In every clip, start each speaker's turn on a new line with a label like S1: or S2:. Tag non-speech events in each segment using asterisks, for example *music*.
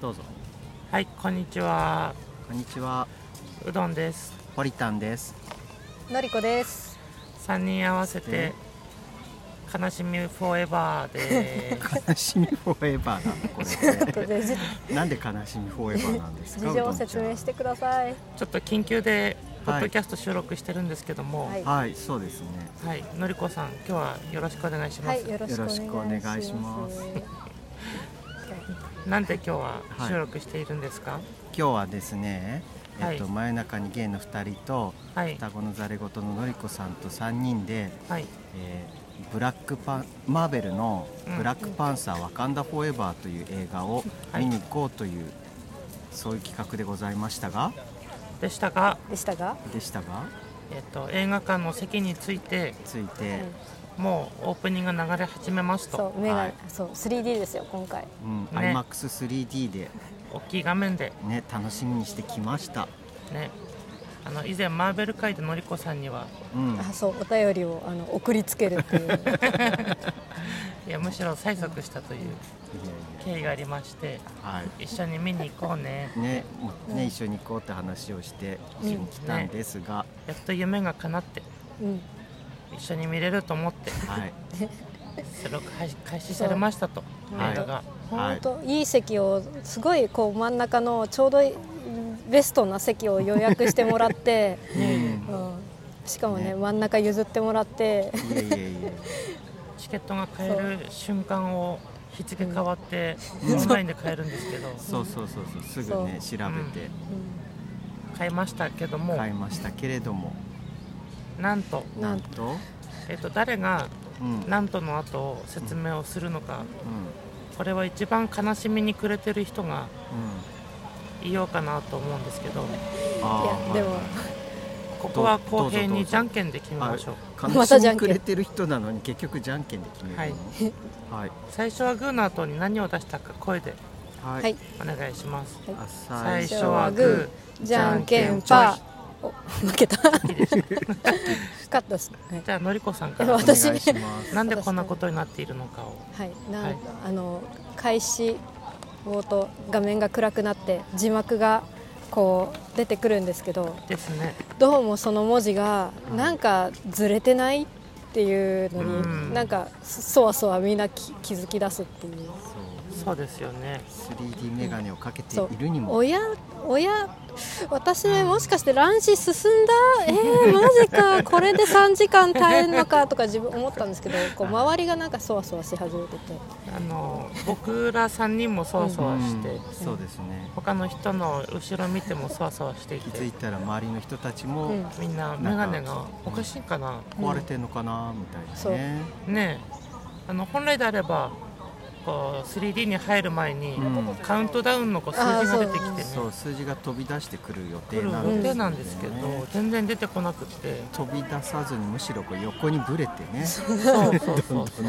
S1: どうぞ
S2: はい、こんにちは。
S1: こんにちは
S2: うどんです。
S1: ポリタンです
S3: のりこです。
S2: 三人合わせて。悲しみフォーエバーで
S3: *laughs*
S2: す。
S1: 悲しみフォーエバーなのこ
S3: ちょっ
S1: れ
S3: とで
S1: *laughs*
S3: じ
S1: ってなんで悲しみフォーエバーなんですか
S3: 事情を説明しててください。
S2: ちょっと緊急で。ポ
S1: はい
S2: ッドキャスト収録してるんですけども。は、
S3: はいい
S1: はいそうですね
S2: のりこさん、今日はよろしくお願いしま
S3: は
S2: す。
S3: い、よろしくお願いします。
S1: よ
S2: なんで今日は
S1: はい
S2: 収録しているんですか。
S1: 今日はですねえっと、
S2: はい
S1: 真夜中にゲイの2人と
S2: はい、
S1: 双子のざれ言ののりこさんと3人で、
S2: はい、
S1: えーブラックパンマーベルの
S2: うん
S1: 「ブラックパンサーワカンダ・フォーエバー」という映画を
S2: はい
S1: 見に行こうという、そういう企画でございましたが
S2: でしたが、
S3: でしたが、
S1: でしたが
S2: えっと、映画館の席について。
S1: ついて、
S2: もうオープニングが流れ始めますと
S3: そう、目が、
S1: はい
S3: そう、3D ですよ、今回。
S1: うん、
S2: ね
S1: iMAX3D で、
S2: 大きい画面で
S1: ね、楽しみにしてきました、
S2: ねあの以前マーベル界でのりこさんには
S1: うん
S3: あ、そう、お便りをあの送りつけるっていう。
S2: いやむしろ催促したという経緯がありまして
S1: は
S2: 一緒に見に行こうね
S1: いねもうね
S3: うん
S1: 一緒に行こうって話をして一緒に来たんですが、
S2: やっと夢が叶って
S3: *laughs* うん、
S2: 一緒に見れると思って
S1: はい、
S2: 収録開始開始されましたと
S1: はい
S2: 映画が
S1: はい
S3: 本当、い、い席をすごいこう真ん中のちょうどいいベストな席を予約してもらって、
S1: うん、いえ
S3: *laughs* うん、しかもね
S1: ね
S3: 真ん中譲ってもらって、
S1: いえいえ
S2: チケットが買える瞬間を日付変わって
S1: うん
S2: オンラインで買えるんですけど
S1: そうそうそうそうすぐね調べて
S2: 買いましたけども
S1: 買いましたけれども、
S2: なんと
S3: うん、な
S1: なんんと、
S2: えっと誰が
S1: うんうん、
S2: なんとの後を説明をするのかこれは一番悲しみに暮れてる人がいようかなと思うんですけど
S3: い
S1: あー
S3: やでも
S1: はい
S2: ここは
S1: ど
S2: 公
S1: どうぞ
S2: 平
S1: どう
S2: に
S1: ぞ
S2: じゃんけんで決めましょう
S1: はい、悲
S3: ま
S1: したみ
S3: じゃ
S1: に
S3: んけ
S1: く
S3: ん
S1: れてる人なのに結局じゃんけんで決めるのはい
S2: 最初はグーの後に何を出したか声で
S1: は
S3: はい、
S2: お願いします
S3: はい
S1: あ最
S2: 最
S1: 初
S2: 初はグー
S3: じゃんけん
S2: じゃん
S3: パーお負けた勝
S2: けんいいです
S3: ったっす、はい
S2: じゃあのりこさんか
S3: え
S2: ら
S1: お願い
S3: 私
S1: します
S2: なんでこんなことになっているのかを
S3: はい、なん、
S2: はい
S3: あの開始冒頭画面が暗くなって字幕がこう出てくるんですけど
S2: ですね
S3: どうもその文字が
S1: うん
S3: なんかずれてないっていうのに、
S2: うん
S3: なんかそそわそわみんなき気づき出すっていう
S2: そうですよね
S1: 3D メガネをかけて
S3: そう
S1: いるにも
S3: 親親私もしかして卵子進んだえー、マ
S1: *laughs*
S3: ジかこれで3時間耐えんのかとか自分思ったんですけどこう周りがなんかそわそわし始めてて
S2: あの僕ら3人もそわそわして、
S1: うんそうですね
S2: 他の人の後ろ見てもそわそわしてい
S1: 気づ
S2: て
S1: いたら周りの人たち
S3: う
S1: も
S3: ん
S2: みんな眼鏡がおかしいかな、
S1: 壊れてんのかなみたいなね
S2: ねえあの本来であればこう 3D に入る前に、
S1: うん
S2: カウントダウンのこう数字が出てきてね
S1: そう数字が飛び出してくる予定
S2: 来る
S1: なん
S2: 予
S1: です
S2: 定
S1: よ
S2: なんですけど、全然出てこなくて
S1: 飛び出さずにむしろこう横にぶれてね
S2: そうそうそ
S1: ど
S2: う
S1: どん
S2: ん
S1: ね来るんです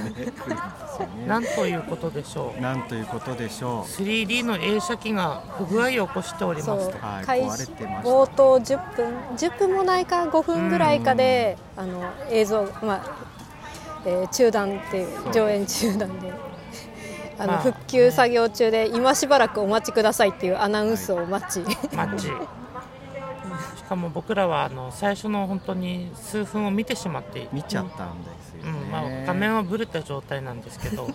S1: よ
S2: な
S1: ね
S2: んということでしょ
S1: *laughs*
S2: う
S1: なんということでしょ
S2: 3D の映写機が不具合を起こしており
S3: そ
S2: ます
S3: う
S2: と
S1: はい
S3: 開
S1: 壊れ
S3: 始
S1: てました
S3: 冒頭10分10分もないか5分ぐらいかであの映像、まあえー中断っていう
S1: そう
S3: 上演中断であの、
S2: まあ
S3: 復旧作業中で今しばらくお待ちくださいっていうアナウンスを待ち、
S2: マッチしかも僕らはあの最初の本当に数分を見てしまって、
S1: う見ちゃったんですよ
S2: う
S1: ね
S2: んまあ、画面はブレた状態なんですけど
S1: うん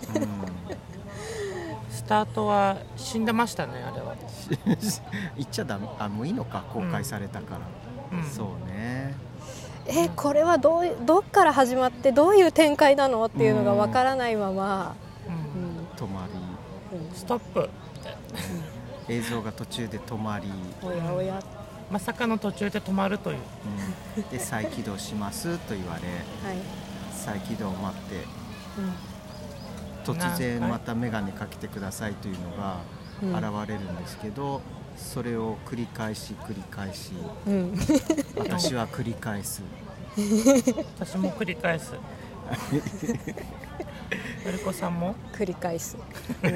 S1: *laughs*
S2: スタートは死んでましたねあれは、
S1: 言っちゃダメあもういいのか公開されたから、
S2: うん、
S1: そうね
S3: えーこれはどういどっから始まってどういう展開なのっていうのがわからないまま、
S2: う、
S3: うんん
S1: 止ま
S3: うん
S2: ストップ
S1: り映像が途中で止まり、
S3: おやおや、
S2: まさかの途中で止まるという
S1: うんで再起動しますと言われ
S3: はい
S1: 再起動を待って
S3: う
S1: 突然また眼鏡かけてくださいというの
S3: ん
S1: が現れるんですけどそれを繰り返し繰り返し
S3: うん、 *laughs*
S1: 私は繰り返す
S2: 私も繰り返 *laughs* すのりこさんも
S3: 繰り返すもう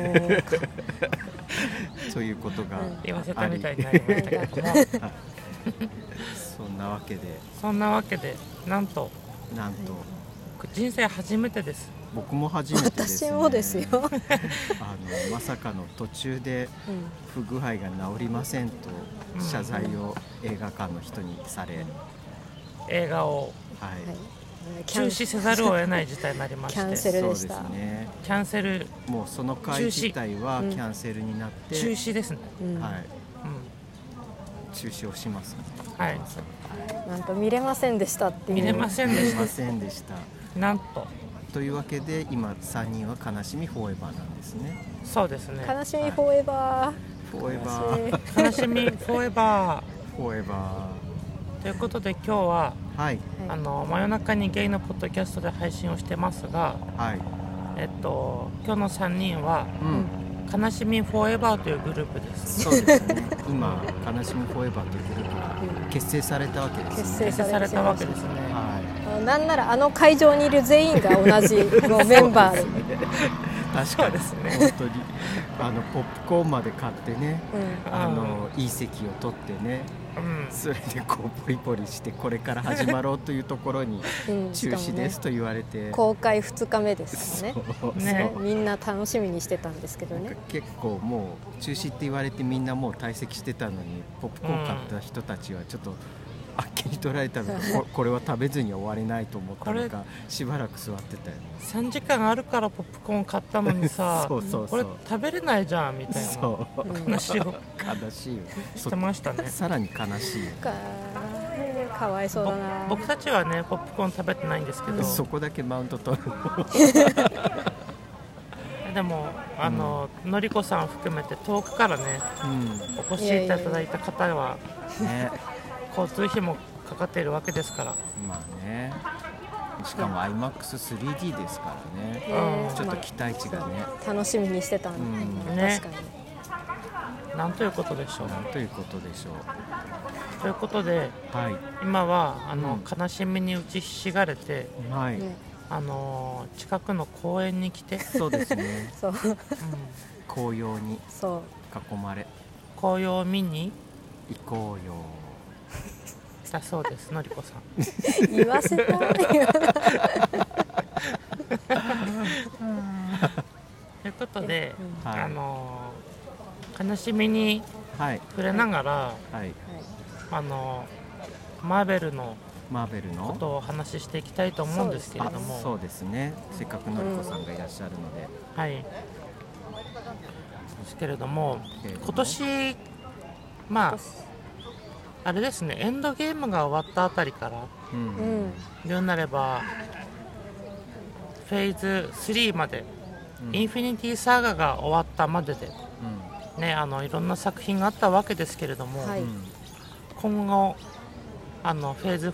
S1: ということが
S3: うん
S2: 言わせたみたいになりましたけども
S1: そんなわけで
S2: そんなわけでなんと
S1: なんと
S2: 人生初めてです
S1: 僕も初めてです、ね、
S3: 私もですよ、
S1: あのまさかの途中で
S3: うん
S1: 不具合が治りませんと謝罪を映画館の人にされ、
S2: 映画を
S1: はい、
S3: はい、キャ
S2: 中
S3: ン
S2: 止せざるを得ない事態になりまして
S3: キャンセル
S1: そうで
S3: そ
S1: す
S3: うでした
S1: ね
S2: キャンセル
S1: もうその会
S2: 中止
S1: 自体は
S3: う
S1: キ
S3: ん
S1: ャンセルになって、
S2: 中止ですね、
S3: うん
S1: はい、
S2: う
S1: 中止をします、ね、
S2: はい
S3: なんと見れませんでしたっていう
S2: 見れませんでした
S1: 見れませんでした
S2: ん、なんと
S1: というわけで今3人は悲しみフォーエバーなんですね
S2: そうですね
S3: 悲しみフォーエバ
S1: フォーエ
S3: ー、
S1: バー
S2: 悲しみフォーエバ
S1: フォーエバ
S2: ーということで今日は
S1: ーはい
S3: はい
S2: あの真夜中にゲイのポッドキャストで配信をしてますが、
S1: はい
S2: えっと、今日の3人は
S1: うん、
S2: 「悲しみフォーエバー」というグループです
S1: そうですね今悲しみフォーエバーというグループが結成されたわけですね
S3: 結成
S2: 結成されたわけですね
S1: はい
S3: うんなんならあの会場にいる全員が同じもうメンバーで、
S1: 確
S2: そ
S1: か
S2: う
S1: に
S2: ですね
S1: 本当にあのポップコーンまで買ってね
S3: うん
S1: あのいい席を取ってね
S2: うん
S1: それでこうポリポリしてこれから始まろうというところに
S3: うん
S1: 中止ですと言われて、
S3: 公開2日目ですから
S1: そ
S3: ね
S1: う
S2: ね
S1: そう
S3: みんな楽しみにしてたんですけど
S1: なん
S3: ね
S1: か結構もう中止って言われてみんなもう退席してたのにポップコーン買った人たちはちょっとあっけに取られたのかこ *laughs* これは食べずには終われないと思ったのかしばらく座ってたよね
S2: 3時間あるからポップコーン買ったのにさ
S1: そうそうそ
S2: これ
S1: う
S2: 食べれないじゃんみたいな
S1: そう
S2: 話
S1: 悲
S2: を
S1: しいよ
S2: してましたね
S1: そさらに悲しいよ
S3: かかわいそうだな
S2: 僕たちはねポップコーン食べてないんですけど
S1: そこだけマウント取る
S2: でもあの、のりこさん含めて遠くからね
S1: うん
S2: お越しいただいた方は
S1: ね
S2: 交通費もかかっているわけですから
S1: まあねしかも iMAX3D ですからね
S3: ね
S1: ちょっと期待値がね
S3: 楽しみにしてたんだ
S1: うん
S2: ね
S3: 確かに
S2: なんということでしょう
S1: なんということでしょう
S2: ということで
S1: はい
S2: 今はあの、
S1: うん
S2: 悲しみに打ちひしがれて、
S1: はい、
S3: ね
S2: あのー近くの公園
S1: *laughs*
S2: に来て、
S1: そうですね
S3: そう
S2: うん
S1: 紅葉に
S3: そう
S1: 囲まれ
S2: 紅葉を見に
S1: 行こうよ
S2: だそうですのりこさん
S3: 言わせたい
S2: ということで、
S3: うん
S1: はい
S2: あのー悲しみに
S1: はい
S2: 触れながら、
S1: はい
S2: あのーマーベルの
S1: マーベル
S2: こ
S1: の
S2: とをお話ししていきたいと思うんですけれ
S1: あ
S2: ども、
S1: そうですねせっかくのりこさんがいらっしゃるので、
S2: はいですけれども
S1: けれども
S2: 今年まああれですねエンドゲームが終わったあたりから
S1: うん
S3: うんうん
S2: 言うなればフェーズ3まで、
S1: うん
S2: インフィニティサーガが終わったまでで、ね、あのいろんな作品があったわけですけれども、
S3: は
S1: う
S3: い
S1: んうん
S2: 今後あのフェーズ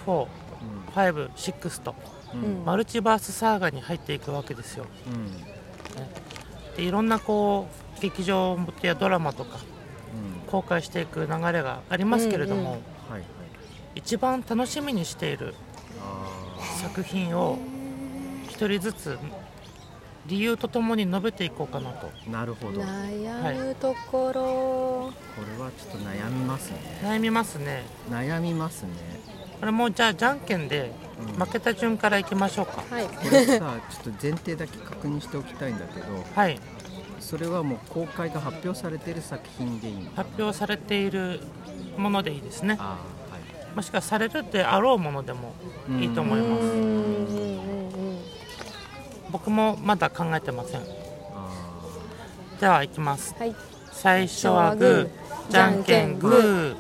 S2: 456と
S1: うん
S3: うん
S2: マルチバースサーガに入っていくわけですよ
S1: うん
S2: でいろんなこう劇場やドラマとか
S1: うん
S2: 公開していく流れがありますけれども、
S3: うんうん
S1: はいはい
S2: 一番楽しみにしている
S1: あ
S2: 作品を一人ずつ理由とともに述べていこうかなと
S1: ーなるほどこ
S3: 悩むところ、
S1: れはちょっと悩みます *laughs* ね
S2: 悩みますね
S1: 悩みますね
S2: これもうじゃあじゃんけんで
S1: うん
S2: 負けた順からいきましょうか
S3: はい、
S1: これさちょっと前提だけ確認しておきたいんだけど
S2: はい
S1: それはもう公開が発表されている作品でいいの
S2: 発表されているものでいいですね
S1: ああはい
S2: もしくはされるであろうものでもいいと思いま
S3: う
S2: す
S3: んうんうんうん
S2: 僕もまだ考えてません
S1: あ
S2: ではいきます
S3: はい
S2: 最初はグーじ
S3: じ
S2: ゃ
S3: ゃ
S2: ん
S3: ん
S2: け
S3: け
S2: ん
S3: ん
S2: グ
S3: グ
S2: ー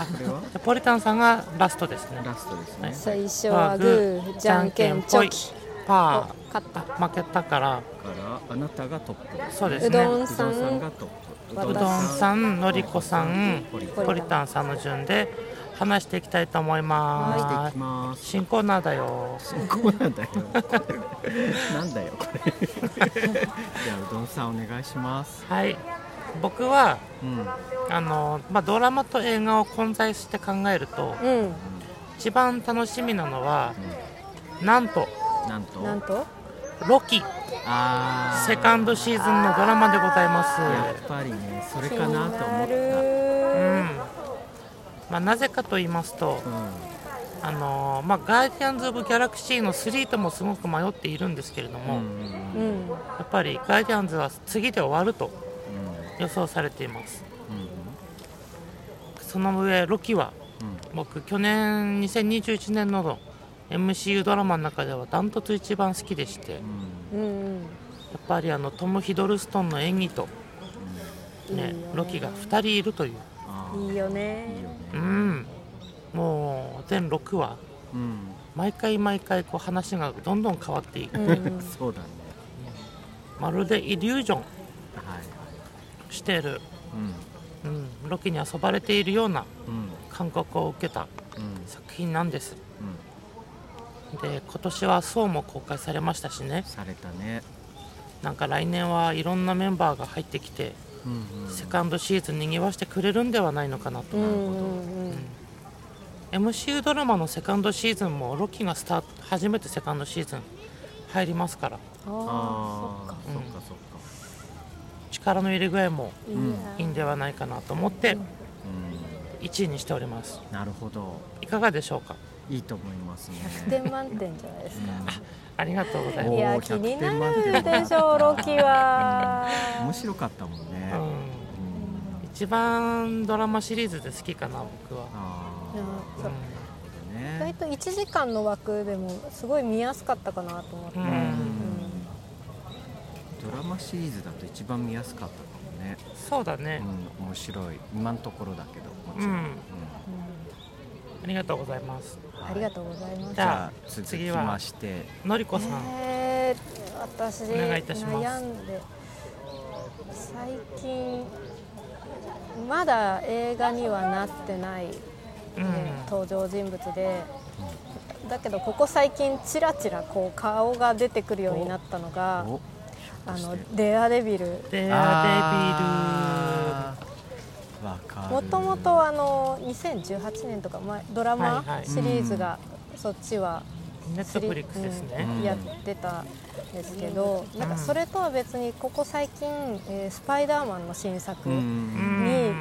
S1: あこれは
S2: でポリタンさんがラストです
S1: *laughs*
S2: ね
S1: ラストですね
S3: 最初はグーじゃんけんチョキお
S2: パ
S3: 勝った
S2: ー負けたから
S1: からあなたがトップです
S2: そうです
S3: う
S2: ね
S3: どんさ
S1: うどんさん
S3: ん
S1: がトップ
S3: 私
S2: うどんさん、のりこさん、
S1: ポリ
S2: ポリタンさんの順で話していきたいと思い
S1: 回して
S2: ま。
S1: いきますす
S2: 新コーナーだよ。
S1: こうなんだよ *laughs* なんだよこれ *laughs* じゃあうどんさんお願いします
S2: はい、僕は
S1: うん
S2: あのまあドラマと映画を混在して考えると
S3: うん
S2: 一番楽しみなのはなんと
S1: なんと
S3: なんと
S2: ロキ
S1: あー
S2: セカンドシーズンのドラマでございま
S1: や
S2: す
S1: っ。ぱりねそれかなと思っ
S3: 気
S1: た
S2: うん
S3: になる。
S2: まあなぜかと言いますと
S1: うん
S2: あのーまあ、ガーディアンズ・オブ・ギャラクシーの3ともすごく迷っているんですけれども、
S3: うんうん
S2: やっぱりガーディアンズは次で終わると予想されていますその上ロキは僕去年2021年の MCU ドラマの中ではダントツ一番好きでしてや
S3: うん
S2: っぱりあのトム・ヒドルストンの演技と、
S3: うんいい
S2: ね
S3: よね、
S2: ロキが2人いるという
S3: いいよね
S2: うんもう全6話毎回毎回こう話がどんどん変わっていく、
S3: うん
S1: *laughs* そうだね。
S2: まるでイリュージョン
S1: はいはい。
S2: している、
S1: うん
S2: うん、ロキに遊ばれているような
S1: うん
S2: 感覚を受けた
S1: うん
S2: 作品なんです
S1: うん
S2: で今年はそうも公開されましたしね
S1: されたね。
S2: なんか来年はいろんなメンバーが入ってきて
S1: うん
S2: セカンドシーズンにぎわしてくれるんではないのかなと、
S3: うんう
S1: るほど
S3: んうん
S2: MCU ドラマのセカンドシーズンもロキがスタート初めてセカンドシーズン入りますから
S3: ああそっか
S1: ーそっかそっか。
S2: 力の入れ具合も
S3: い
S1: ん
S2: いいん
S3: や
S2: ではないかなと思って
S1: う
S2: 1位にしております
S1: んなるほど。
S2: いかがでしょうか
S1: いいと思いますね。
S3: 100点満点じゃないですか
S2: ありがとうござい
S1: お
S2: ま
S1: ー
S3: いや気
S1: 100
S3: にな
S1: 点満点
S3: るでしょうロキは
S1: 面白かったもんね
S2: す、う。、
S1: うんん
S2: 一番ドラマシリーズで好きかな僕は、
S1: あ
S3: いや
S2: うん
S3: そう
S1: あ。
S3: 意外
S1: ね。
S3: と1時間の枠でもすごい見やすかったかなと思って、
S2: う
S1: うん
S3: ん
S1: ドラマシリーズだと一番見やすかったかもね。
S2: そうだね、
S1: うん面白い。今のところだけどもちろん。
S2: うん
S1: うん
S2: ありがとうございます
S1: はい
S3: ありがとうございま
S1: じ
S3: す。
S1: ゃあ続
S2: 次
S1: き
S2: は
S1: まして。
S2: のりこさん、
S3: えー、私
S2: お願いいたします
S3: 悩んで最近まだ映画にはなってない、
S2: うん
S3: 登場人物で。だけどここ最近ちらちらこう顔が出てくるようになったのが
S1: お。
S3: あ
S1: そ
S3: の
S1: して
S3: デアデビル
S2: デア
S1: あーわかる。
S3: もともとあの2018年とか、まあ、ドラマ
S2: はいはい
S3: シリーズがそっちは
S2: デビルネットフリックスですね、
S1: うん
S3: やってたんですけど、なんかそれとは別にここ最近、えースパイダーマンの新作
S1: うんう
S3: に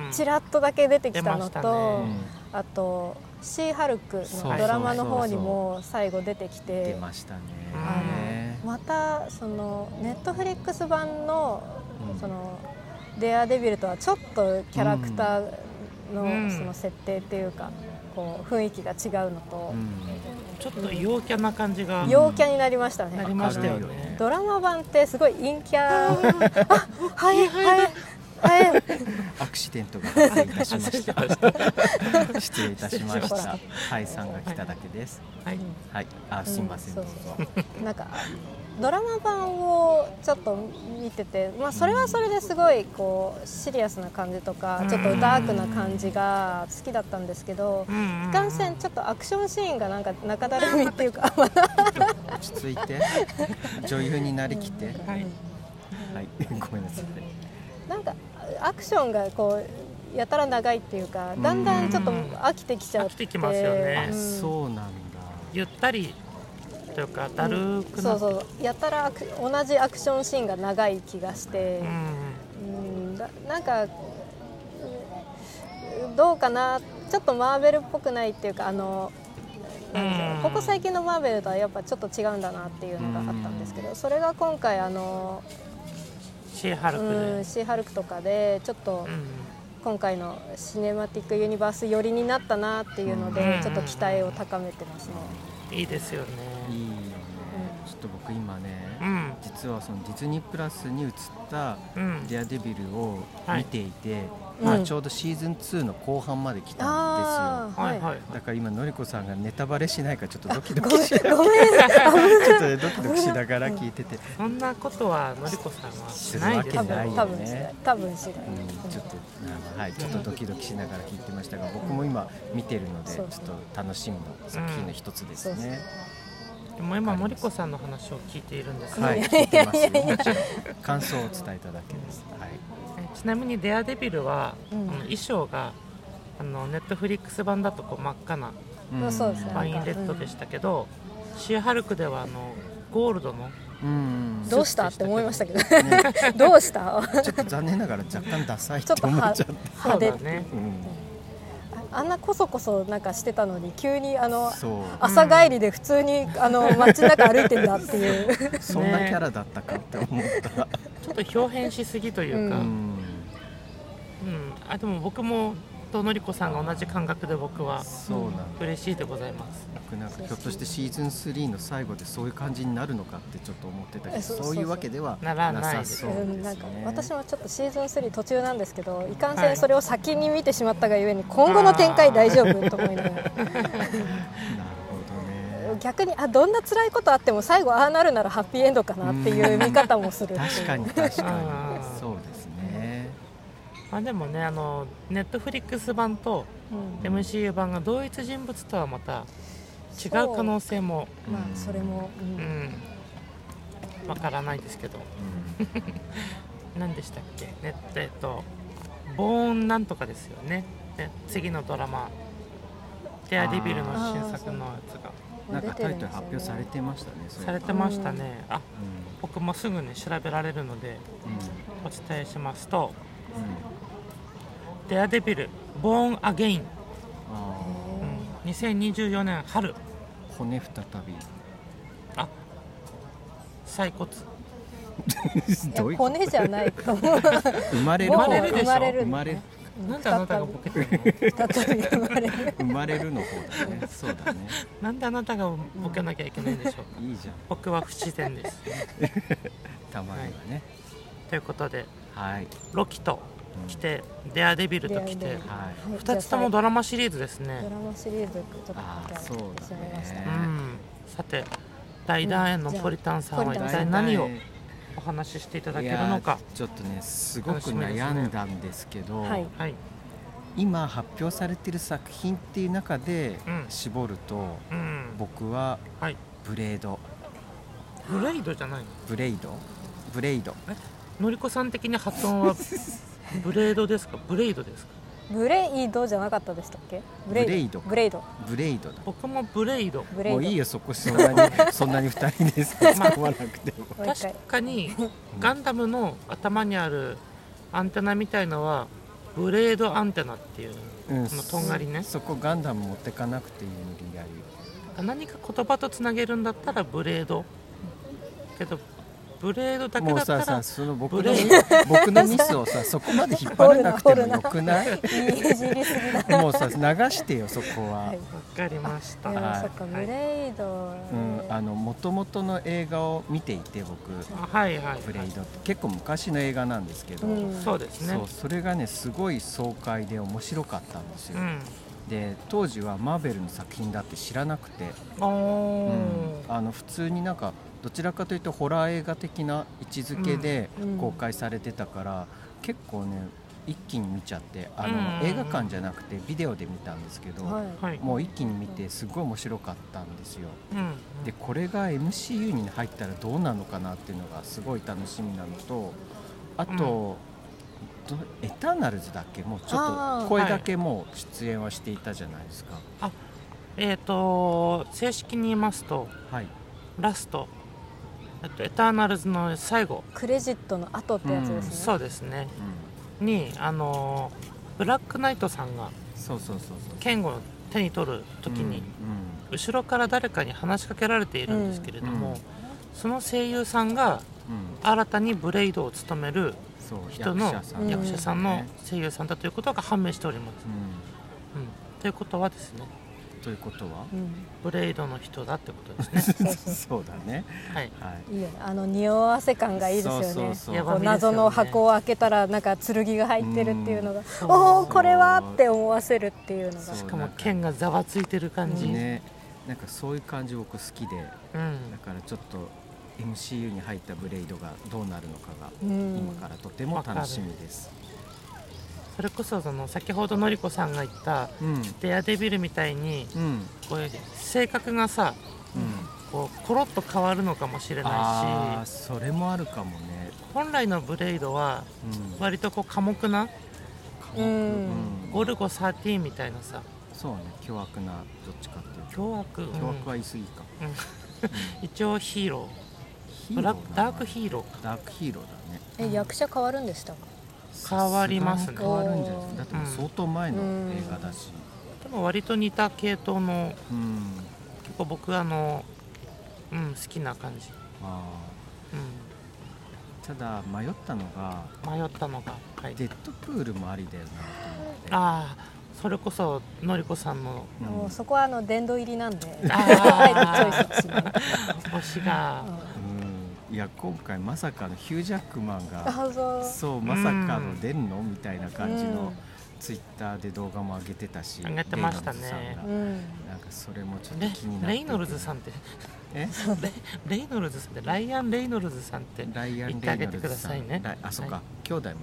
S1: ん
S2: うん
S3: ちらっとだけ出てき
S2: 出
S3: たの
S2: ました
S1: う
S3: と、
S1: ん
S2: ね
S3: あとシーハルク
S1: そう
S3: のドラマの方にも最後出てき
S1: 出
S3: て、
S1: ましたね。
S2: あ
S3: またそのネットフリックス版の
S1: うん
S3: そのデアデビルとはちょっとキャラクター
S2: うん
S3: のその設定っていうか、こう雰囲気が違うのと
S1: う、ん
S2: ちょっと陽キャな感じが
S3: 陽キャになりましたね。
S2: なりましたよ
S1: 明るいよ
S2: ね
S1: ね
S3: ドラマ版ってすごい陰キャーあはいはいはい
S1: アクシデントが発生いた *laughs* しました。失礼いたしまし
S3: 失礼しま
S1: た。はい、さんが来ただけです。
S2: *laughs* はい
S1: はい、あ、すみません、
S3: う
S1: ど
S3: ん
S1: うぞ。
S3: なんかドラマ版をちょっと見てて、まあ、それはそれですごいこうシリアスな感じとかちょっとダークな感じが好きだったんですけど
S2: うんうんうん
S3: いかんせんちょっとアクションシーンがなんか中だるみっていうか
S1: 落ち着いて、女優になりきって。
S2: はい
S1: はい、ごめんなさい。
S3: なんかアクションがこうやたら長いっていうかだんだんちょっと飽きてきちゃって
S2: 飽きてきますよね
S1: あ、
S3: うん
S1: そうなんだ。
S2: ゆったりというかだるく
S3: そ
S2: な
S3: う
S2: っ
S3: そうやたらアク同じアクションシーンが長い気がして
S2: う、
S3: うん、だなんかうんどうかなちょっとマーベルっぽくないっていうかあのなんでしょう
S2: うん
S3: ここ最近のマーベルとはやっぱちょっと違うんだなっていうのがあったんですけどそれが今回あの、
S2: シーハルクで、
S3: うん、シーハルクとかでちょっと
S2: うん
S3: 今回のシネマティック・ユニバース寄りになったなっていうので
S2: うん
S3: ちょっと期待を高めてますね。
S2: いいですよね
S1: いいよね。ちょっと僕今ね。
S2: うん
S1: 実はそのディズニープラスに移った
S2: う
S1: 「
S2: ん
S1: デアデビル」を見ていて、
S3: はい
S1: 今ちょうどシーズン2の後半まで来たん
S3: あ
S1: です
S3: ー
S2: はいはい
S1: よだから今のりこさんがネタバレしないかちょっとドキド
S3: ご
S1: キ
S3: めん *laughs*
S1: しちょっ
S3: ごめん
S1: とねドキドキしながら聞いてて、
S2: そんなことはのりこさんはしないです
S3: 多
S1: するわ
S2: よ
S1: *laughs* けない
S3: 分
S1: よ
S3: 多分しない多分しない、
S1: うん、ちょっとあのはいちょっとドキドキしながら聞いてましたが僕も今見てるのでち
S3: そ
S1: ょ
S3: う
S1: っと楽しみの作品の一つです
S3: うんそう
S1: ね、
S2: でも今のりこさんの話を聞いているんですが、
S1: はい
S2: え
S1: 聞いてますよもちろん感想を伝えただけですはい
S2: ちなみに「デアデビルは」
S3: うん
S2: あの衣装があのネットフリックス版だとこう真っ赤な
S3: まあそうですね
S2: ワインレッドでしたけど、シーハルクではあのゴールドの
S1: うん
S3: どうしたって思いましたけど *laughs* どうした
S1: ちょっと残念ながら若干ダサいっ
S3: ち
S1: て
S3: ょっと
S1: 思っ
S3: は
S1: ちゃって、
S3: 派手
S2: そうだね
S1: うん
S3: ああんなこそこそなんかしてたのに急にあの
S1: そう
S3: 朝帰りで普通にあの街の中歩いてんだっていう
S1: そんなキャラだったかって思った、
S2: ちょっと表変しすぎというか、
S1: う
S2: うん
S1: ん、
S2: あでも僕もとのりこさんが同じ感覚で僕は
S1: そうなんだ
S2: 嬉しいでございます
S1: 僕なんかひょっとしてシーズン3の最後でそういう感じになるのかってちょっと思ってたけ
S3: え
S1: ど
S3: そう
S1: そういうわけでは
S2: ならない
S1: なさそう
S3: う
S1: です
S3: ん
S1: ね
S3: なんか私はちょっとシーズン3途中なんですけどいかん
S2: は
S3: せん
S2: い
S3: それを先に見てしまったがゆえに今後の展開大丈夫と思いながら
S1: なるほどね
S3: 逆にあどんな辛いことあっても最後ああなるならハッピーエンドかなっていう見方もする
S1: 確かに確か
S2: う
S1: に
S2: ん
S1: そうですね
S2: まあでもねあのネットフリックス版と
S3: うん
S2: MCU 版が同一人物とはまた違う可能性も
S3: まあそれも、う
S2: うんんわからないですけど
S1: うん
S2: 何でしたっけねえっとボーンなんとかですよねね次のドラマ「テアデビル」の新作のやつが
S1: なんかタイトル発表され
S3: て
S1: てましたねそ
S2: さ
S1: ういえ
S2: れ
S1: ば
S2: てましたねあ
S1: う
S2: 僕もすぐね調べられるので
S1: んうん
S2: お伝えしますと「デアデビルボーン・アゲイン
S1: あ」ー
S2: うん、2024年春
S1: 骨再び
S2: あ再骨
S3: *laughs*
S1: どういう
S3: 骨じゃない
S1: *laughs*
S3: と思う
S1: 生まれる
S3: もう
S1: 方
S2: でしょ
S3: 生まれる
S1: 生まれ
S2: なんであなたがボケてるの
S3: 再び生まれる
S1: 生まれるの方だねそうだね
S2: なんであなたがボケなきゃいけないんでしょ
S1: *laughs*
S2: う
S1: いいじゃん
S2: 僕は不自然です
S1: たまにはね
S2: ということで
S1: はい
S2: ロキと来て、デアデビルと来
S3: デ
S2: て
S3: アデビル
S1: はい
S2: 2つとも
S3: ド
S2: ドラマシリーズですね、
S3: ラマシリーズちょっと一
S1: あー
S3: 回
S1: そうだ
S3: しまいました
S2: う
S1: ね
S2: ん、さて大団円のポリタンさんは
S3: う
S2: 一
S3: ん
S2: 体何をお話ししていただけるのか
S1: いやーちょっとねすごく悩んだんですけど
S3: はい
S2: はい、
S1: 今発表されてる作品っていう中で
S2: うん
S1: 絞ると
S2: うん、
S1: 僕は
S2: はい
S1: ブレード
S2: ブレイドじゃないの
S1: ブレイドブレイド
S2: のりこさん的に発音はブレードですかブレイドですか
S3: ブレイドじゃなかったでしたっけブ
S1: ブ
S3: ブレイド
S1: ブレイドだ
S2: 僕もブレイド
S3: ブレイ
S1: も
S3: ド
S1: ういいよそこそんな
S2: *laughs*
S1: にそんなに二人で突っ込まなくても
S3: もう
S2: 確
S3: 一回
S2: かにガンダムの頭にあるアンテナみたいのはブレードアンテナっていう
S1: うん
S2: このとんがりね
S1: そこガンダム持ってかなくていい無理やり
S2: 何か言葉とつなげるんだったらブレードけどブレードだけ
S1: もう
S2: だった
S1: ささ
S2: ら
S1: その僕
S2: ブ
S1: の
S2: レイ
S1: 僕のミスをさそこまで引っ張らなくてもよくない
S3: いいじりす
S1: *laughs*
S3: ぎだ
S1: もうさ流してよそこは、
S3: はい
S2: わかりまし
S3: い
S2: た
S3: や
S1: はい
S3: そっかブレイド
S1: うん、あの元々の映画を見ていて僕
S2: あはいはい、
S1: ブレイドって結構昔の映画なんですけど、
S3: うん
S2: そうですね
S1: そうそれがねすごい爽快で面白かったんですよ、
S2: ん
S1: で当時はマーベルの作品だって知らなくて、
S2: お
S1: うん
S2: ー
S1: あの普通になんかどちらかというとホラー映画的な位置づけで
S3: うんうん
S1: 公開されてたから、結構ね一気に見ちゃってあの、
S2: うん
S1: 映画館じゃなくてビデオで見たんですけど、
S3: はい
S2: はい
S1: もう一気に見てすごい面白かったんですよ
S2: うん
S1: でこれが MCU に入ったらどうなのかなっていうのがすごい楽しみなのとあと、どエターナルズだっけもうちょ
S3: あ
S1: っ
S3: ー
S1: と声だけもう出演はしていたじゃないですか
S2: えっ、と正式に言いますと
S1: はい、
S2: ラストえっとエターナルズの最後
S3: クレジットの後ってやつですね、
S2: そうですね
S1: う
S2: にあのーブラックナイトさんが
S1: ん、そうそうそうそう
S2: 剣を手に取る時に、後ろから誰かに話しかけられているんですけれども、
S1: うんうん
S2: その声優さんが
S1: うん、うん
S2: 新たにブレイドを務める
S1: そう
S2: 人の
S1: 役者さん
S2: 役者さん
S1: う
S2: の
S1: ん
S2: 声優さんだということが判明しております、
S1: う
S2: うん、ということはですね
S1: ん、ということは
S3: う、ん
S2: ブレイドの人だってことですね
S3: そうそう
S1: *laughs* そうだね
S2: はい
S1: はい
S3: いいよねあの匂わせ感がいいですよね
S1: そうそうそう
S2: やば
S3: こう謎の箱を開けたらなんか剣が入ってるっていうのが、
S2: うん
S3: おおこれはって思わせるっていうのが
S1: そう
S2: しかも剣がざわついてる感じ、
S1: ねなんかそういう感じ僕好きで
S2: うん
S1: だからちょっと MCU に入ったブレイドがどうなるのかが
S3: うん
S1: 今からとても楽しみです、
S2: それこそその先ほどのりこさんが言った
S1: うんうん
S2: デアデビルみたいに
S1: うん
S2: こういう性格がさこうコロッと変わるのかもしれ
S1: あ
S2: な
S1: あ
S2: いし
S1: それもあるかもね、
S2: 本来のブレイドは
S1: うん
S2: 割とこう寡黙な
S1: 寡黙
S3: うん
S2: ゴルゴ13みたいなさ
S1: そうね凶悪などっちかっていうと
S2: 凶悪、うん
S1: 凶悪は言い過ぎか、
S2: うん一応ヒーロ
S1: ヒ
S2: ー
S1: ー
S2: *laughs* ブ
S1: ロ
S2: ラ
S1: ー
S2: ダークヒーローか
S1: ーダークヒーローだね
S3: え役者変わるんでした
S2: 変わりますね
S1: さすがに変わるんじゃないですかだってもう相当前の映画だし、
S2: でも割と似た系統の
S1: うん
S2: 結構僕あのうん好きな感じ、
S1: あ
S2: う
S1: ーただ迷ったのが
S2: ん、迷ったのがはい
S1: デッドプールもありだよなと思って
S2: ああそれこそのりこさんの
S1: うん
S3: もうそこはあの殿堂入りなんであえ
S2: あ
S3: てチョイスしない、
S2: あ推しが
S1: *laughs*
S3: うん、
S1: うんいや今回まさかのヒュー・ジャックマンが
S3: あそう
S1: そうまさかの出んのみたいな感じ
S3: う
S1: の
S3: ん
S1: ツイッターで動画も上げてたし
S2: 上げてましたね
S1: レイノルズさんがな
S3: うん
S1: んかそれもちょっと
S2: レ
S1: 気になって
S2: レイノルズさんって
S1: え
S2: レイノルズさんってライアン・レイノルズさんって、うん、
S1: ライアン・レイノルズさん
S2: 言ってあげてくださいね
S1: ライあそっか、
S2: は
S1: 兄弟も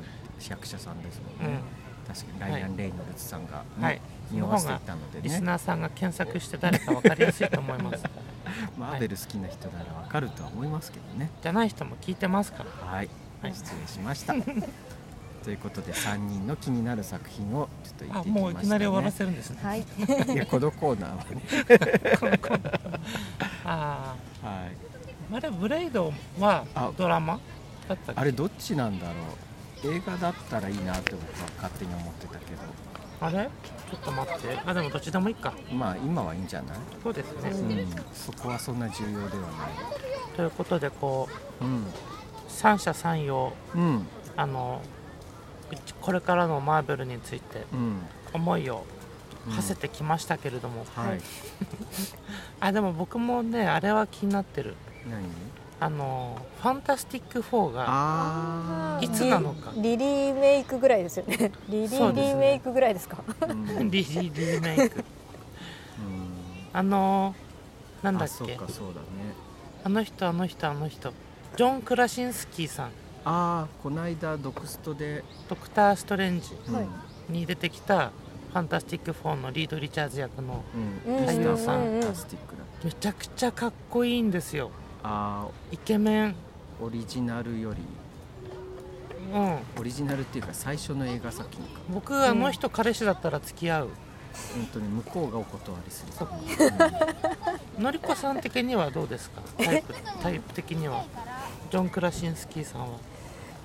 S1: 役者さんですもんね、確かにライアン・レイノルズさんが、ね
S2: はい
S1: 匂わせていたので
S2: リ
S1: ね
S2: スナーさんが検索して誰か分かりやすいと思います
S1: *laughs* マーベル好きな人ならわかるとは思いますけどね
S2: じゃない人も聞いてますから
S1: はい、
S2: はい
S1: 失礼しました *laughs* ということで3人の気になる作品をちょっと言
S2: あ
S1: ってきました、ね、
S2: もういきなり終わらせるんですね、
S3: はい
S1: いやこのコーナーは
S2: *laughs*
S1: ね
S2: ああ
S1: はい
S2: まだブレイドは
S1: あ
S2: ドラマだったっけ
S1: あれどっちなんだろう映画だったらいいなって僕は勝手に思ってたけど
S2: あれちょっと待ってあでもどっちでもいいか
S1: まあ今はいいんじゃない、
S2: そうですね、
S3: う
S1: うん、そこはそんな重要ではない
S2: ということでこ
S1: うん
S2: う三者三様
S1: うん
S2: あのうちこれからのマーベルについて
S1: うん
S2: 思いを
S1: うん
S2: 馳せてきましたけれども、
S1: はい
S2: あでも僕もねあれは気になってる
S1: 何
S2: あの「ファンタスティック4」が
S1: あ
S2: いつなのか
S3: リリリメイクぐらいですよ
S1: *laughs*
S3: ねリリ
S2: そうですね
S3: リメイクぐらいですか
S1: ーうんうん
S2: *laughs* リリリメイクあのなんだ
S1: あ
S2: っ
S1: そう
S2: け
S1: かそうだね
S2: あの人あの人あの人ジョン・クラシンスキーさん
S1: ああこないだドクストで、
S2: 「ドクター・ストレンジ
S1: うん
S3: はい」
S2: に出てきた「ファンタスティック4」のリード・リチャーズ役の
S1: うん
S3: うん
S1: ミスター
S2: うん
S1: ファ
S3: うん
S1: ンタスティックだ
S2: めちゃくちゃかっこいいんですよ
S1: あ
S2: イケメン
S1: ーオリジナルより
S2: うん
S1: オリジナルっていうか最初の映画作品か
S2: 僕あの人彼氏だったら付き合う、
S1: 本当に向こうがお断りする
S2: そっか
S1: うん
S2: のりこさん的にはどうですかタイプタイプ的にはジョン・クラシンスキーさんは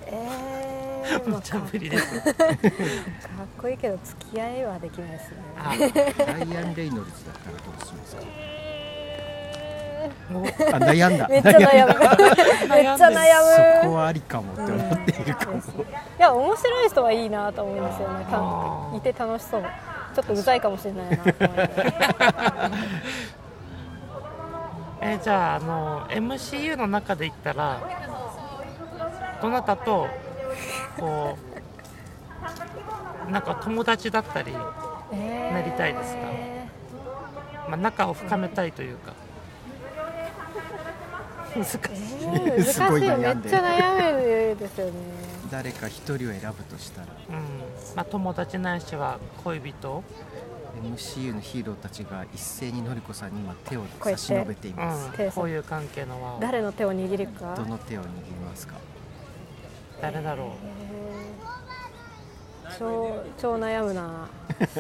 S3: えー、まあ
S2: 無茶
S3: か
S2: ぶりですね
S3: かっこいいけど付き合いはできないですね
S2: あ
S1: ライアン・レイノルズだったらどうしますか
S2: もう
S1: あ悩んだ
S3: めっちゃ悩むめっちゃ
S1: そ
S3: 悩
S1: こ
S3: む
S1: はありかもって思っているかも
S3: いや面白い人はいいなと思うんですよねた
S2: あー
S3: いて楽しそうちょっとうざいかもしれないなと思いながら
S2: えーじゃああの MCU の中で言ったらどなたとこうなんか友達だったり、ま
S3: え
S2: *laughs*
S3: ー
S2: なりたいですかあ、仲を深めたいというか難しい
S3: えー難しい
S1: すごい
S3: よめ
S1: 悩
S3: っ
S1: んで
S3: ちゃ悩むです
S2: *laughs*
S3: よね
S1: 誰か一人を選ぶとしたら
S2: うんまあ、友達ないしは恋人
S1: MCU のヒーローたちが一斉にのりこさんに今手を
S3: うや
S1: 差
S3: って
S1: し伸べています
S2: うん、こういう関係の輪を
S3: 誰の手を握るか
S1: どの手を握りますか
S2: 誰だろ
S3: えー超超悩むな
S2: うじ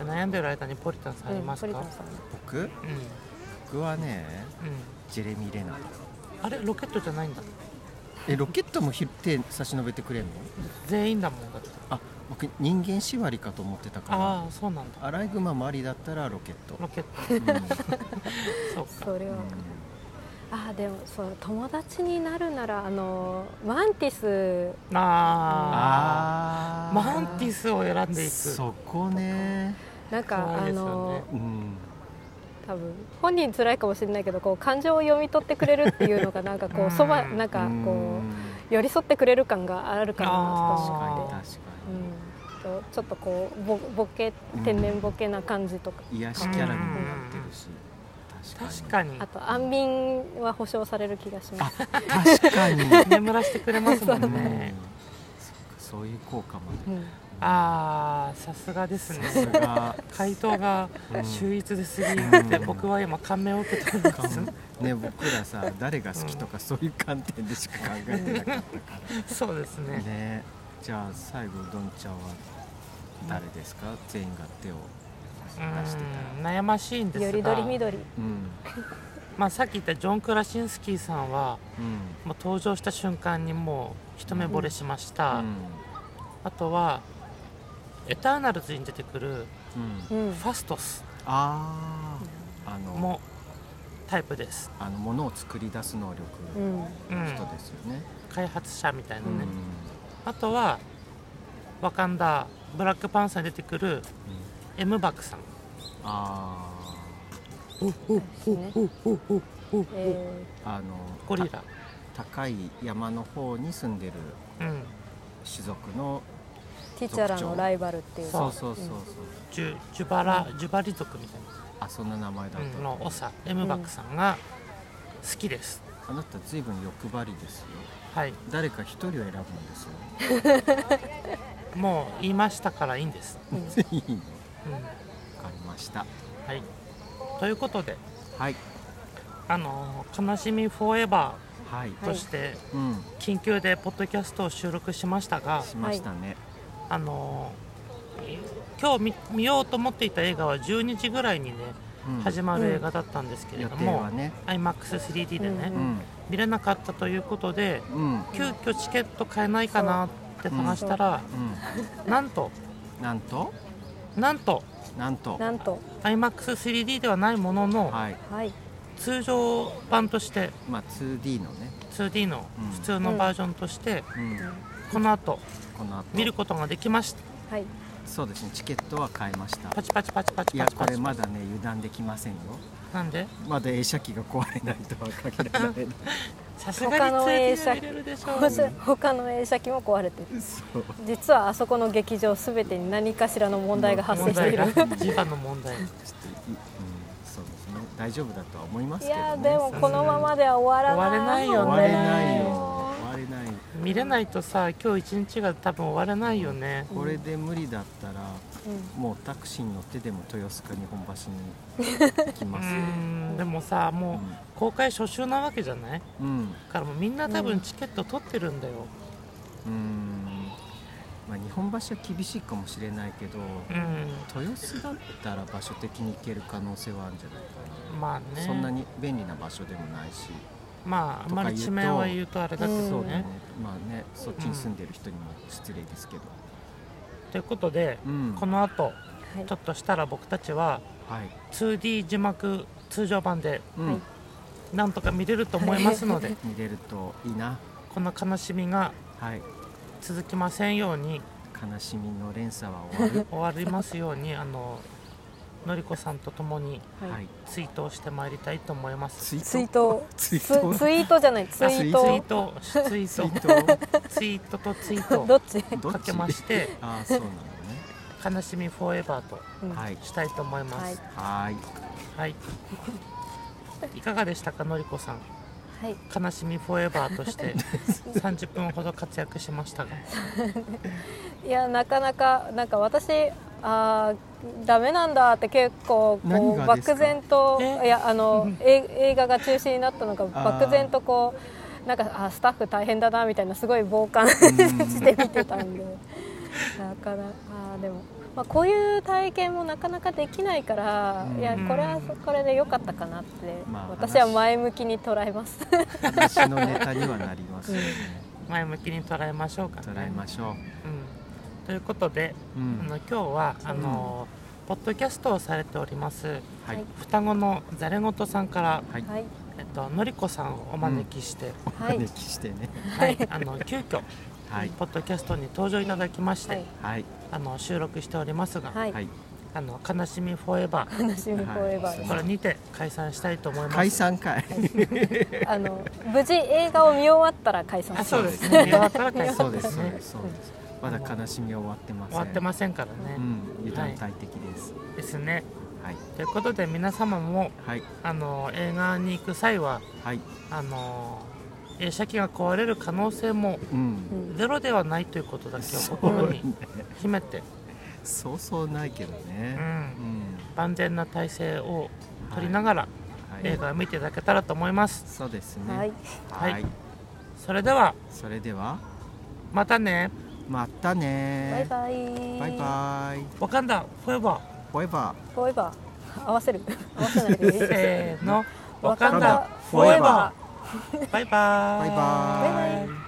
S2: ゃあ悩んでる間にポリタンさんありますか、うん
S3: うんポリタンさん
S1: 僕
S2: うん
S1: 僕はねジェレミー・レナー
S2: あれロケットじゃないんだ
S1: えロケットもひ手差し伸べてくれんの
S2: 全員だもんだって
S1: あ僕人間縛りかと思ってたか
S2: ああそうなんだ
S1: らアライグマもありだったらロケット
S2: ロケット
S1: う
S2: そうか
S3: それは
S1: ん
S3: あーでもそう友達になるならあのマンティス
S1: あ
S2: あ *laughs* あ
S1: ー
S2: マンティスを選んでいく
S1: そこね
S3: なんか
S2: そう
S3: あ
S2: ですよね
S3: の
S1: うん
S3: 多分本人辛いかもしれないけどこう感情を読み取ってくれるっていうのがなんかこうそば
S2: うん
S3: なんかこ
S1: うん
S3: う寄り添ってくれる感があるかなと
S1: 確か
S3: 思
S1: に
S3: っ
S1: 確
S3: て
S1: か。
S3: うんとちょっとこうぼボケ天然ボケな感じとか、
S1: に癒しキャラにもなってるし
S2: 確
S1: 確か
S2: かに
S3: あと安眠は保証される気がします
S1: に確かに
S2: 眠らしてくれますも
S1: うんん
S2: ね
S1: そっかそういう効果もあ
S3: うん
S2: ああさすがです
S1: るさす
S2: ね
S1: が
S2: 回答が
S1: うん
S2: 秀逸ですぎて
S1: うん
S2: 僕は今感銘を受けたんです
S1: ね僕らさ誰が好きとかそういう観点でしか考えてなかったか
S2: そうです
S1: ら
S2: ね
S1: ねじゃあ最後うどんちゃんは誰ですか全員が手を出してたら
S2: うん悩ましいんで
S3: よ
S2: す
S3: りどり
S2: が
S3: みどり
S1: うん
S2: まあさっき言ったジョン・クラシンスキーさんは
S1: うん
S2: もう登場した瞬間にもう一目惚れしました、
S1: うん
S2: あとはエターナルズに出てくる
S1: うん
S3: うん
S2: ファストス
S1: あああの
S2: もタイプです、
S1: あのものを作り出す能力
S3: うん
S2: うん
S1: の人ですよね、
S2: 開発者みたいなね、
S1: うん
S2: あとはワカンダブラックパンサーに出てくる
S1: うん
S2: エムバックさん
S1: あ
S3: え
S1: ああの
S2: ゴリラ、
S1: た高い山の方に住んでる
S2: うん、
S1: 種族の
S3: ーティチャラのライバルっていう
S1: そ
S2: そう
S1: そうそうそう、
S2: ジュジュバラジュバリ族みたい
S1: あそんな名前だっ
S2: な、うん
S1: た、
S2: の長エムバックさんが好きです、
S1: あなたずいぶん欲張りですよ
S2: はい
S1: 誰か一人を選ぶんですよ *laughs*
S2: もう言いましたからいいんです、
S1: いいの
S2: うん
S1: わかりました
S2: はい、ということで
S1: はい
S2: あのー悲しみフォーエバ
S1: はい、
S2: ー」として、
S1: うん
S2: 緊急でポッドキャストを収録しましたが、
S1: しましたね、
S2: あのー今日見見ようと思っていた映画は12時ぐらいにね、
S1: うん
S2: 始まる映画だったんですけれ
S1: 予
S2: ど
S1: 定
S2: も、
S1: はね
S2: IMAX3D でね、
S3: う
S1: うん
S2: 見れなかったということで
S1: うんうん、
S2: 急遽チケット買えないかなって探したら、なんと
S1: なんと
S2: なんと
S1: なんと
S3: なんと
S2: IMAX3D ではないものの、
S1: はい
S3: はい
S2: 通常版として
S1: まあ 2D のね、
S2: 2D の
S1: うん
S2: 普通のバージョンとして、
S1: うん、
S2: この後
S1: この後
S2: 見ることができました
S3: はい
S1: そうですねチケットは買いました
S2: パチパチパチパ
S1: い
S2: チ
S1: や
S2: パチ
S1: こ
S2: パ
S1: れ
S2: チ
S1: まだね油断できませんよ
S2: なんで
S1: まだ映写機が壊れないとは限られな
S2: さすがに
S3: 他の映
S2: 2D
S3: 写
S2: で
S3: 機
S2: 見れるでしょ
S3: こうす他の映写機も壊れてる
S1: いそう
S3: 実はあそこの劇場すべてに何かしらの問題が発生
S2: 問
S3: してい
S2: 題
S3: る
S2: が
S1: 問
S2: 磁場の問題
S1: ちょっというんそうですね大丈夫だとは思います
S3: い
S1: けどね
S3: やーでもこのままでは終わらない
S1: 終
S2: 終
S1: わ
S2: わ
S1: れ
S2: ら
S1: ないよ
S3: も
S1: 終われない
S2: 見れないとさ今日一日が多分終わらないよね
S1: これで無理だったら
S3: ううん
S1: もうタクシーに乗ってでも豊洲か日本橋に行き
S2: う
S1: ます
S2: *laughs*
S1: よ
S2: ーんでもさもう公開初週なわけじゃないだ
S1: うん、うん
S2: からもうみんな多分チケット取ってるんだよ
S1: うんまあ、日本橋は厳しいかもしれないけど
S2: うん
S1: 豊洲だったら場所的に行ける可能性はあるんじゃないかな、
S2: まあね
S1: そんなに便利な場所でもないし、
S2: まああんまり地名は言うとあれだけ
S3: そ
S2: ど
S1: そうだね
S2: ね
S1: まあねそっちに住んでる人にも失礼ですけど、
S2: ということで
S1: うん
S2: この後
S3: はい
S2: ちょっとしたら僕たちは
S1: はい、
S2: 2D 字幕通常版で
S1: うん
S3: はい
S2: なんとか見れると思いますの
S1: *laughs*
S2: で
S1: 見れるといいな
S2: この悲しみが
S1: はい
S2: 続きませんように
S1: 悲しみの連鎖は終
S2: *laughs*
S1: わ
S2: 終わりますようにあののりこさんと共に
S1: る
S3: は
S1: はいい
S2: ツイートをしてまいりたいと思います
S1: ツイ
S3: ツイー
S1: ート
S3: ト
S1: ツイ
S3: ツツイ
S1: ート
S3: ートじゃないツイー
S2: ツイ
S3: ト
S2: ートツイ
S1: ツイ
S2: ー
S1: ー
S2: ト
S1: ト
S2: ツイートとツイ
S3: ど
S2: ー
S3: っち、
S2: トを
S1: ど
S2: か
S1: っち
S2: けまして
S1: ああそうなのね
S2: 「悲しみフォーエバー」と
S3: うん
S1: はい
S2: したいと思いま
S3: はい
S2: す
S1: はーい
S2: はい、い、かがでしたかのりこさん
S3: はい
S2: 「悲しみフォーエバー」として
S3: *laughs*
S2: 30分ほど活躍しましたが
S3: いやなかなかなんか私あーダメなんだって結構こう
S1: 何がですか
S3: 漠然と
S2: え
S3: いや
S1: *laughs*
S3: あのえ映画が中止になったのが
S1: あー
S3: 漠然とこうなんかあスタッフ大変だなみたいなすごい傍観 *laughs* して見てたんでだからあーでも、まあ、こういう体験もなかなかできないから
S1: うん
S3: いやこれはこれで良かったかなって
S1: まあ
S3: 私は前向きに捉えます
S1: 話のネタにはなりますよね
S2: 前向きに捉えましょうか、ね、
S1: 捉えましょ
S2: うん、ということで、
S1: うう
S2: あ
S1: ん
S2: の今日はあの、ポッドキャストをされております
S1: はい
S2: 双子のざれごとさんから、
S1: はい
S3: はい
S2: えっと、のりこさんをお招きして、
S1: お
S3: はい
S1: 招きしてね *laughs*
S2: はい、あの急遽、
S1: はい
S2: ポッドキャストに登場いただきまして、
S3: はい
S1: はい
S2: あの収録しておりますが「
S3: はい、
S1: はい
S2: あの悲しみフォーエバー
S3: 楽しみフォーエバーです」
S2: これにて解散したいと思います。
S1: 解散会
S3: *laughs* あの無事映画を見終わったら解散
S2: あ
S3: する
S2: そうですね。見終わったら解
S1: そ
S2: 散
S1: う
S2: で
S1: です
S2: す
S1: そう
S2: ね
S1: で。すそうですまだ悲しみは終わってません
S2: 終わってませんからね。
S1: うん油断大敵です
S2: ですね。
S1: はい
S2: ということで皆様も
S1: はい
S2: あの映画に行く際は
S1: はい
S2: あの映写機が壊れる可能性も
S1: う
S3: うんん
S2: ゼロではないということだけを
S1: そう
S2: 心
S1: ね
S2: に秘めて、
S1: そうそうないけど
S2: う、
S1: ねうんん
S2: 万全な体制を取りながら
S1: はい
S2: 映画を見ていただけたらと思います。
S1: そうです
S3: は
S1: ね
S3: い
S2: はい
S1: はい
S2: それでは
S1: それでは
S2: またね。
S1: また
S3: バイ
S1: ね
S3: バイ
S1: バイバイ
S2: わかんだ。フォーエバ
S1: バイバ
S3: フォーエバー合わせる合わせないでいい
S2: ー。せーの。わ
S3: わ
S2: か
S3: か
S2: ん
S3: ん
S2: だ
S3: だ。
S1: フォーエバー
S2: バイバ
S1: イ
S2: ー
S1: バイ
S2: イ。
S1: バイ